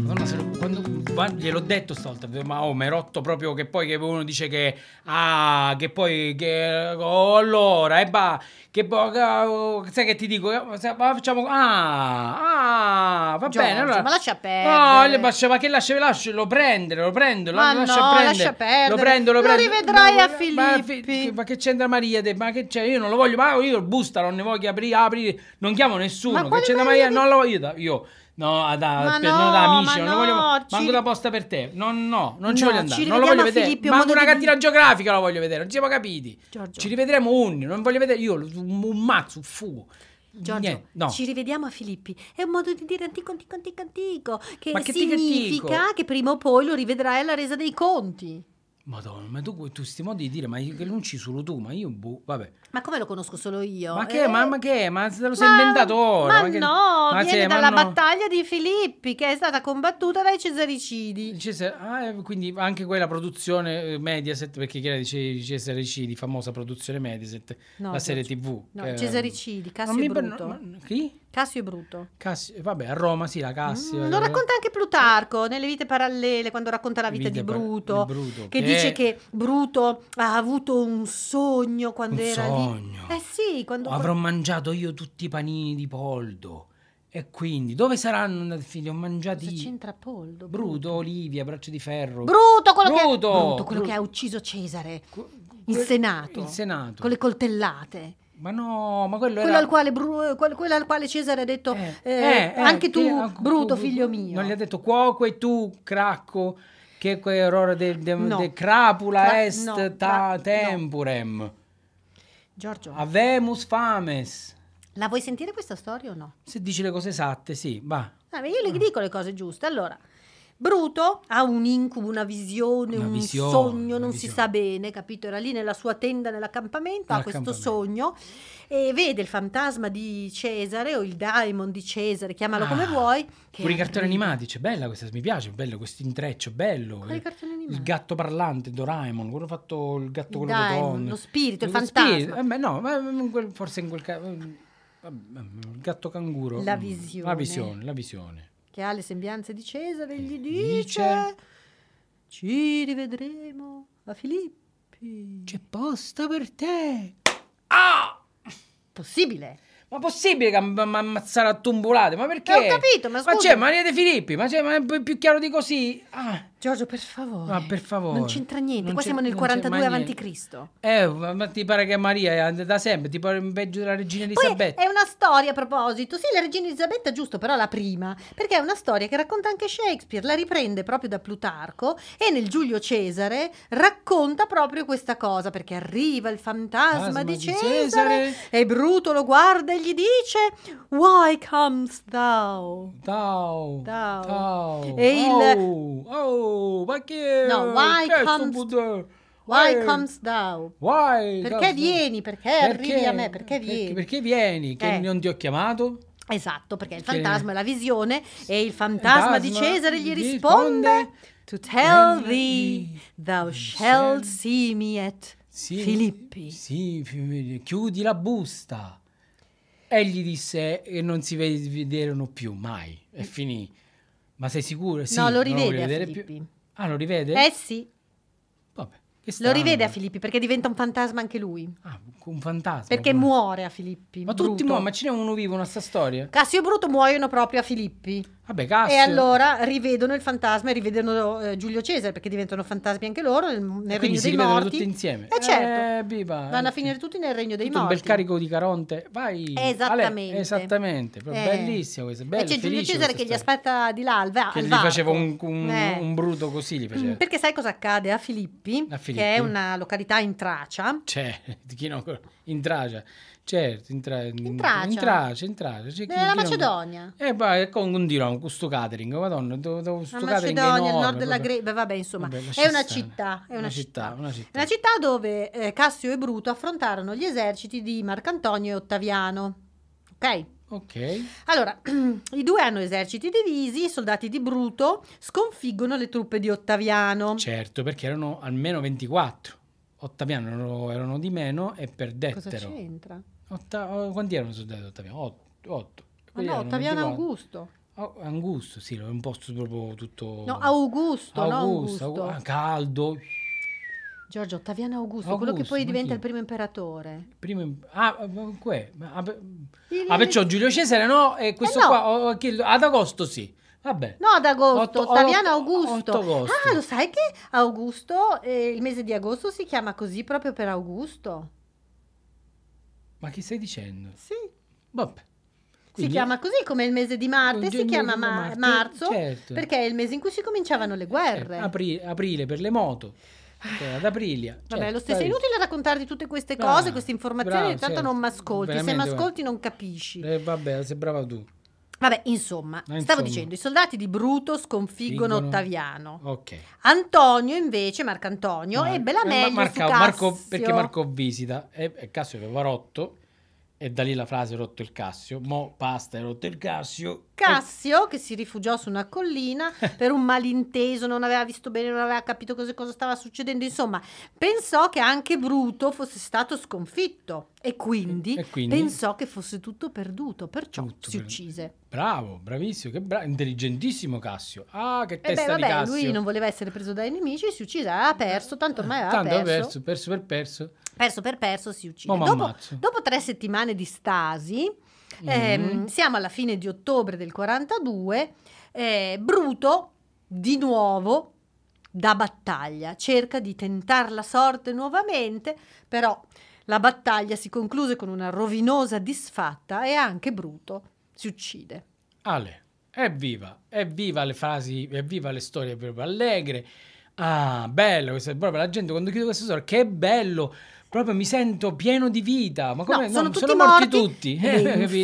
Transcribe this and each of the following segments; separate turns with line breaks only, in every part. Madonna, se lo- quando- va- gliel'ho detto stavolta, ma oh, mi rotto proprio che poi che uno dice che ah, che poi che oh, allora e va che poi oh, sai che ti dico eh, se- ma facciamo ah, ah va
Giorgio,
bene allora
ma lascia
No,
perdere.
le lascia, ma che lascia, lascia, lo prende, lo prendo, lo
Ma
lascia
no,
prendere.
lascia perdere.
Lo prendo, lo
Lo
prendo.
rivedrai a
Ma,
Filippi.
fi- ma che c'entra Maria? te? Ma che c'è? Io non lo voglio, ma io il busta non ne voglio aprire, aprire, non chiamo
Ma
nessuno. Che
quale
c'entra
Maria
Maria? Non lo voglio, da- io. No, ah, da,
Ma
per-
no,
non da amici,
ma
non lo voglio.
no, ci-
Manco da posta per te. No, no, non ci
No,
voglio andare.
ci
non lo
rivediamo
voglio
a
vedere.
Filippi, un
Manco
modo
una
di
cartina
dire.
geografica la voglio vedere. Non ci siamo capiti.
Giorgio,
Ci rivedremo unni, non voglio vedere. Io un un mazzo, un fumo.
Giorgio,
Niente, no.
ci rivediamo a Filippi. È un modo di dire antico, antico, antico, antico. Che
Ma che tico,
significa
antico?
che prima o poi lo rivedrai alla resa dei conti.
Madonna, ma tu, tu sti modi di dire, ma io- che non ci solo tu, ma io boh, vabbè.
Ma come lo conosco solo io?
Ma che,
Eh,
ma, ma che, ma se lo sei
ma-
inventato ora?
Ma,
che-
no,
ma
viene
se- ma
dalla
no.
battaglia di Filippi che è stata combattuta dai Cesaricidi.
Cesare- ah, eh, quindi anche quella produzione eh, Mediaset, perché chi era di Ce- Cesare Cidi, famosa produzione Mediaset,
No,
la serie
Giorgio.
TV.
No,
che-
Cesaricidi, Cassio
Non mi
e
per-
Bruto.
no, ma- chi?
Cassio e Bruto.
Cassio, vabbè, a Roma sì, la eh, Cassio.
Mm, lo racconta anche Plutarco nelle vite parallele, quando racconta la vita di Bruto, che
Eh.
dice che Bruto ha avuto un sogno quando
Un
era
sogno.
lì. Eh sì, quando
Avrò mangiato io tutti i panini di Poldo. E quindi, dove saranno andati i figli? Ho mangiati
cosa
io.
c'entra Poldo?
Bruto, Olivia, braccio di ferro.
Bruto, quello, Che,
Bruto!
Bruto, quello
Bru-
che ha ucciso Cesare
Que-
in
que-
Senato.
In Senato.
con le coltellate.
Ma no, ma quello,
Quello,
era...
al quale Bru- quel- quello al quale Cesare ha detto
Eh,
eh,
eh, eh,
anche tu,
che- anche
Bruto,
tu-
figlio mio.
Non gli ha detto cuoco e tu, cracco, che quell'orrore del de,
No.
de crapula
Cra-
est
no, cra-
ta
no.
tempurem.
Giorgio,
Ah. Avemus fames.
la vuoi sentire questa storia o no?
Se dici le cose esatte, sì, va.
Ah, beh, io le dico le cose giuste. Allora, Bruto ha un incubo, una visione,
Una
un
visione,
sogno,
una
non si
visione.
sa bene, capito? Era lì nella sua tenda, nell'accampamento, ha questo
Nell'accampamento.
sogno e vede il fantasma di Cesare o il daimon di Cesare, chiamalo
Ah,
come vuoi. che
Pure i cartoni
arriva.
animati, c'è bella questa, mi piace, bello questo intreccio, bello.
Quali cartoni animati?
Il gatto parlante, Doraemon, quello fatto il gatto
Il
quello
daimon,
rotondo.
lo spirito, il
Lo
fantasma.
eh, beh, no, ma in quel- forse in quel caso il gatto canguro.
La
mm,
visione.
La visione, la visione.
che ha le sembianze di Cesare,
Eh,
gli
Dice-
dice: Ci rivedremo a Filippi.
C'è posta per te. Ah!
Possibile?
Ma possibile che am- am- ammazzare a tumbolate? Ma perché?
Eh, ho capito, ma scusa.
c'è Maria De Filippi, ma c'è ma è più chiaro di così. Ah,
Giorgio, per favore.
Ma Ah, per favore.
Non c'entra niente.
Non
Qua
c'è-
siamo nel
non c'è
42
mai
avanti
niente.
Cristo.
eh, ma ma ti pare che Maria è da sempre, tipo il peggio della regina
Poi
Elisabetta.
è una storia a proposito. Sì, la regina Elisabetta, giusto, però la prima, perché è una storia che racconta anche Shakespeare, la riprende proprio da Plutarco e nel Giulio Cesare racconta proprio questa cosa, perché arriva il fantasma
Fantasma
di
di
Cesare,
Cesare.
e Bruto lo guarda e gli dice: Why comes thou?
Tau,
Tau.
tau.
E il-
Oh, oh, ma che...
No, why
che
comes-
stupido-
Why
Eh,
comes thou?
Why?
Perché vieni? Perché, arrivi a me? Perché vieni?
Perché vieni? Che
Eh.
non ti ho chiamato?
Esatto, perché il
Che-
fantasma è la visione e il fantasma di
Fantasma
Cesare gli
gli
risponde:
risponde,
To tell
"Tell
thee,
thee,
thou
thou
shalt
shalt
see me at
Sì,
Filippi.
Sì, fi- chiudi la busta. Egli disse e non si ve- vederono più mai. E finì. Ma sei sicuro? Sì,
no, lo
non voglio
rivede a
vedere
Filippi.
più. Ah, lo rivede?
Eh sì,
Vabbè, che
lo
strano.
rivede a Filippi perché diventa un fantasma anche lui.
Ah, un fantasma.
Perché
Come-
muore a Filippi.
Ma tutti
Bruto.
muoiono, ma ce n'è uno vivo, una sta storia?
Cassio e Bruto muoiono proprio a Filippi.
Vabbè, Cassio.
E allora rivedono il fantasma e rivedono eh, Giulio Cesare perché diventano fantasmi anche loro nel, nel
E
regno
quindi si
dei
rivedono
morti.
tutti insieme.
Eh certo.
Eh, viva.
Vanno a finire tutti nel regno dei
Tutto un
morti.
bel carico di Caronte. Vai. Ale,
Esattamente.
esattamente. proprio
Eh.
Bellissimo questo.
e c'è Giulio Cesare che gli
aspetta
aspetta di là al, va-
Che
al
gli
varco.
faceva un, un-
Eh.
un bruto così, gli faceva.
Mm, Perché sai cosa accade a Filippi,
A Filippi.
che è una località in Tracia?
C'è, Cioè, chi non... in Tracia, certo, in, tra... in
Tracia.
in Tracia, in Tracia. C'è chi-
Nella
chi non-
Eh, Macedonia.
Eh, poi con un dirò, con questo catering, madonna, do, do,
La
questo catering
Macedonia, il
enorme,
nord della
proprio. Mm.
Grecia, vabbè, insomma,
Vabbè, lascia
è una
stare.
città, è una, città.
una città.
Una città dove eh, Cassio e Bruto affrontarono gli eserciti di Marcantonio e Ottaviano. Ok?
Ok.
Allora, i due hanno eserciti divisi, i soldati di Bruto sconfiggono le truppe di Ottaviano.
Certo, perché erano almeno 24. Ottaviano erano, erano di meno e
Cosa
perdettero.
c'entra?
Otta- oh, quanti erano i soldati di Ottaviano? 8.
Ma no, Ottaviano Augusto.
Oh, Angusto, sì, è un posto proprio tutto...
No, Augusto, no Augusto.
Augu- ah, caldo.
Giorgio, Ottaviano Augusto,
Augusto,
quello che poi
ma
diventa
chi?
il primo imperatore.
Prima... Ah, ma que- ma- ah, beh-
Il-
Ah, perciò Giulio Cesare no, e questo
Eh, no.
qua, oh, oh, chi- ad agosto sì. Vabbè.
No, ad agosto,
Otto-
Ottaviano
otto-
Augusto.
otto agosto.
Ah, lo sai che Augusto, eh, il mese di agosto si chiama così proprio per Augusto?
Ma che stai dicendo?
Sì.
Vabbè.
Si
Quindi-
chiama così come il mese di Marte, si
Giugno-
chiama ma-
Marte,
marzo
certo.
perché è il mese in cui si cominciavano le
Eh,
guerre.
apri- aprile per le moto. Cioè, ad aprilia.
Vabbè,
Certo,
lo stesso è
dai.
inutile raccontarti tutte queste cose,
Ah,
queste informazioni,
bravo,
tanto
certo.
non mi ascolti, se mi
Veramente, guarda.
ascolti non capisci.
Eh, vabbè, sei brava tu.
Vabbè, insomma,
Eh,
stavo
insomma.
dicendo, i soldati di Bruto sconfiggono
Figgono.
Ottaviano.
Ok.
Antonio invece, Marcantonio,
Ma-
ebbe la
eh, ma-
meglio
Marca-
su Cassio.
Marco- perché Marco visita e, e Cassio aveva rotto e da lì la frase rotto il Cassio. Mo pasta hai rotto il Cassio.
Cassio, che si rifugiò su una collina per un malinteso, non aveva visto bene, non aveva capito cosa, cosa stava succedendo, insomma, pensò che anche Bruto fosse stato sconfitto e quindi,
E quindi?
pensò che fosse tutto perduto, perciò
Tutto
si
per-
uccise.
Bravo, bravissimo, che bravo, intelligentissimo Cassio. Ah, che
E Eh beh,
testa di
vabbè,
Cassio.
lui non voleva essere preso dai nemici, si uccise, aveva perso, tanto ormai aveva
Tanto ha
perso,
perso, perso per perso.
perso per perso, si uccise.
Mo mi
Dopo,
ammazzo.
dopo tre settimane di stasi, Ehm,
Mm.
siamo alla fine di ottobre del 42. eh, Bruto, di nuovo, da battaglia, cerca di tentare la sorte nuovamente, però la battaglia si concluse con una rovinosa disfatta e anche Bruto si uccide.
Ale, evviva, evviva le frasi, evviva le storie proprio allegre. Ah, bello, questo è proprio la gente quando chiude questa storia, che bello, proprio mi sento pieno di vita. Ma come
No, sono tutti
morti,
morti.
tutti.
E
Capi-
infatti,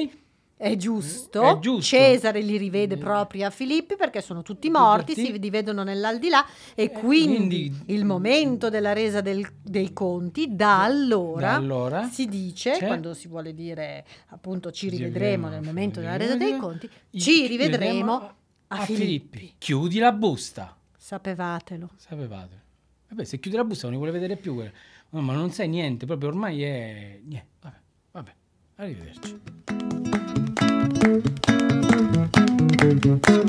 infatti,
È giusto.
È giusto.
Cesare li rivede
Eh.
proprio a Filippi perché sono tutti
Tutti
morti,
morti.
si vedono nell'aldilà e
Eh,
quindi
quindi-
il momento della resa del- dei conti da allora,
da allora
si dice,
Cioè?
quando si vuole dire appunto ci
Ci
rivedremo
rivedremo
nel
a
momento della resa
Filippi.
dei conti,
i-
ci rivedremo
a,
a
a
Filippi.
Filippi. Chiudi la busta,
Sapevatelo.
sapevate? Vabbè, se chiudi la busta non li vuole vedere più. quella. No, ma non sai niente, proprio ormai è... Niente, vabbè, vabbè, arrivederci.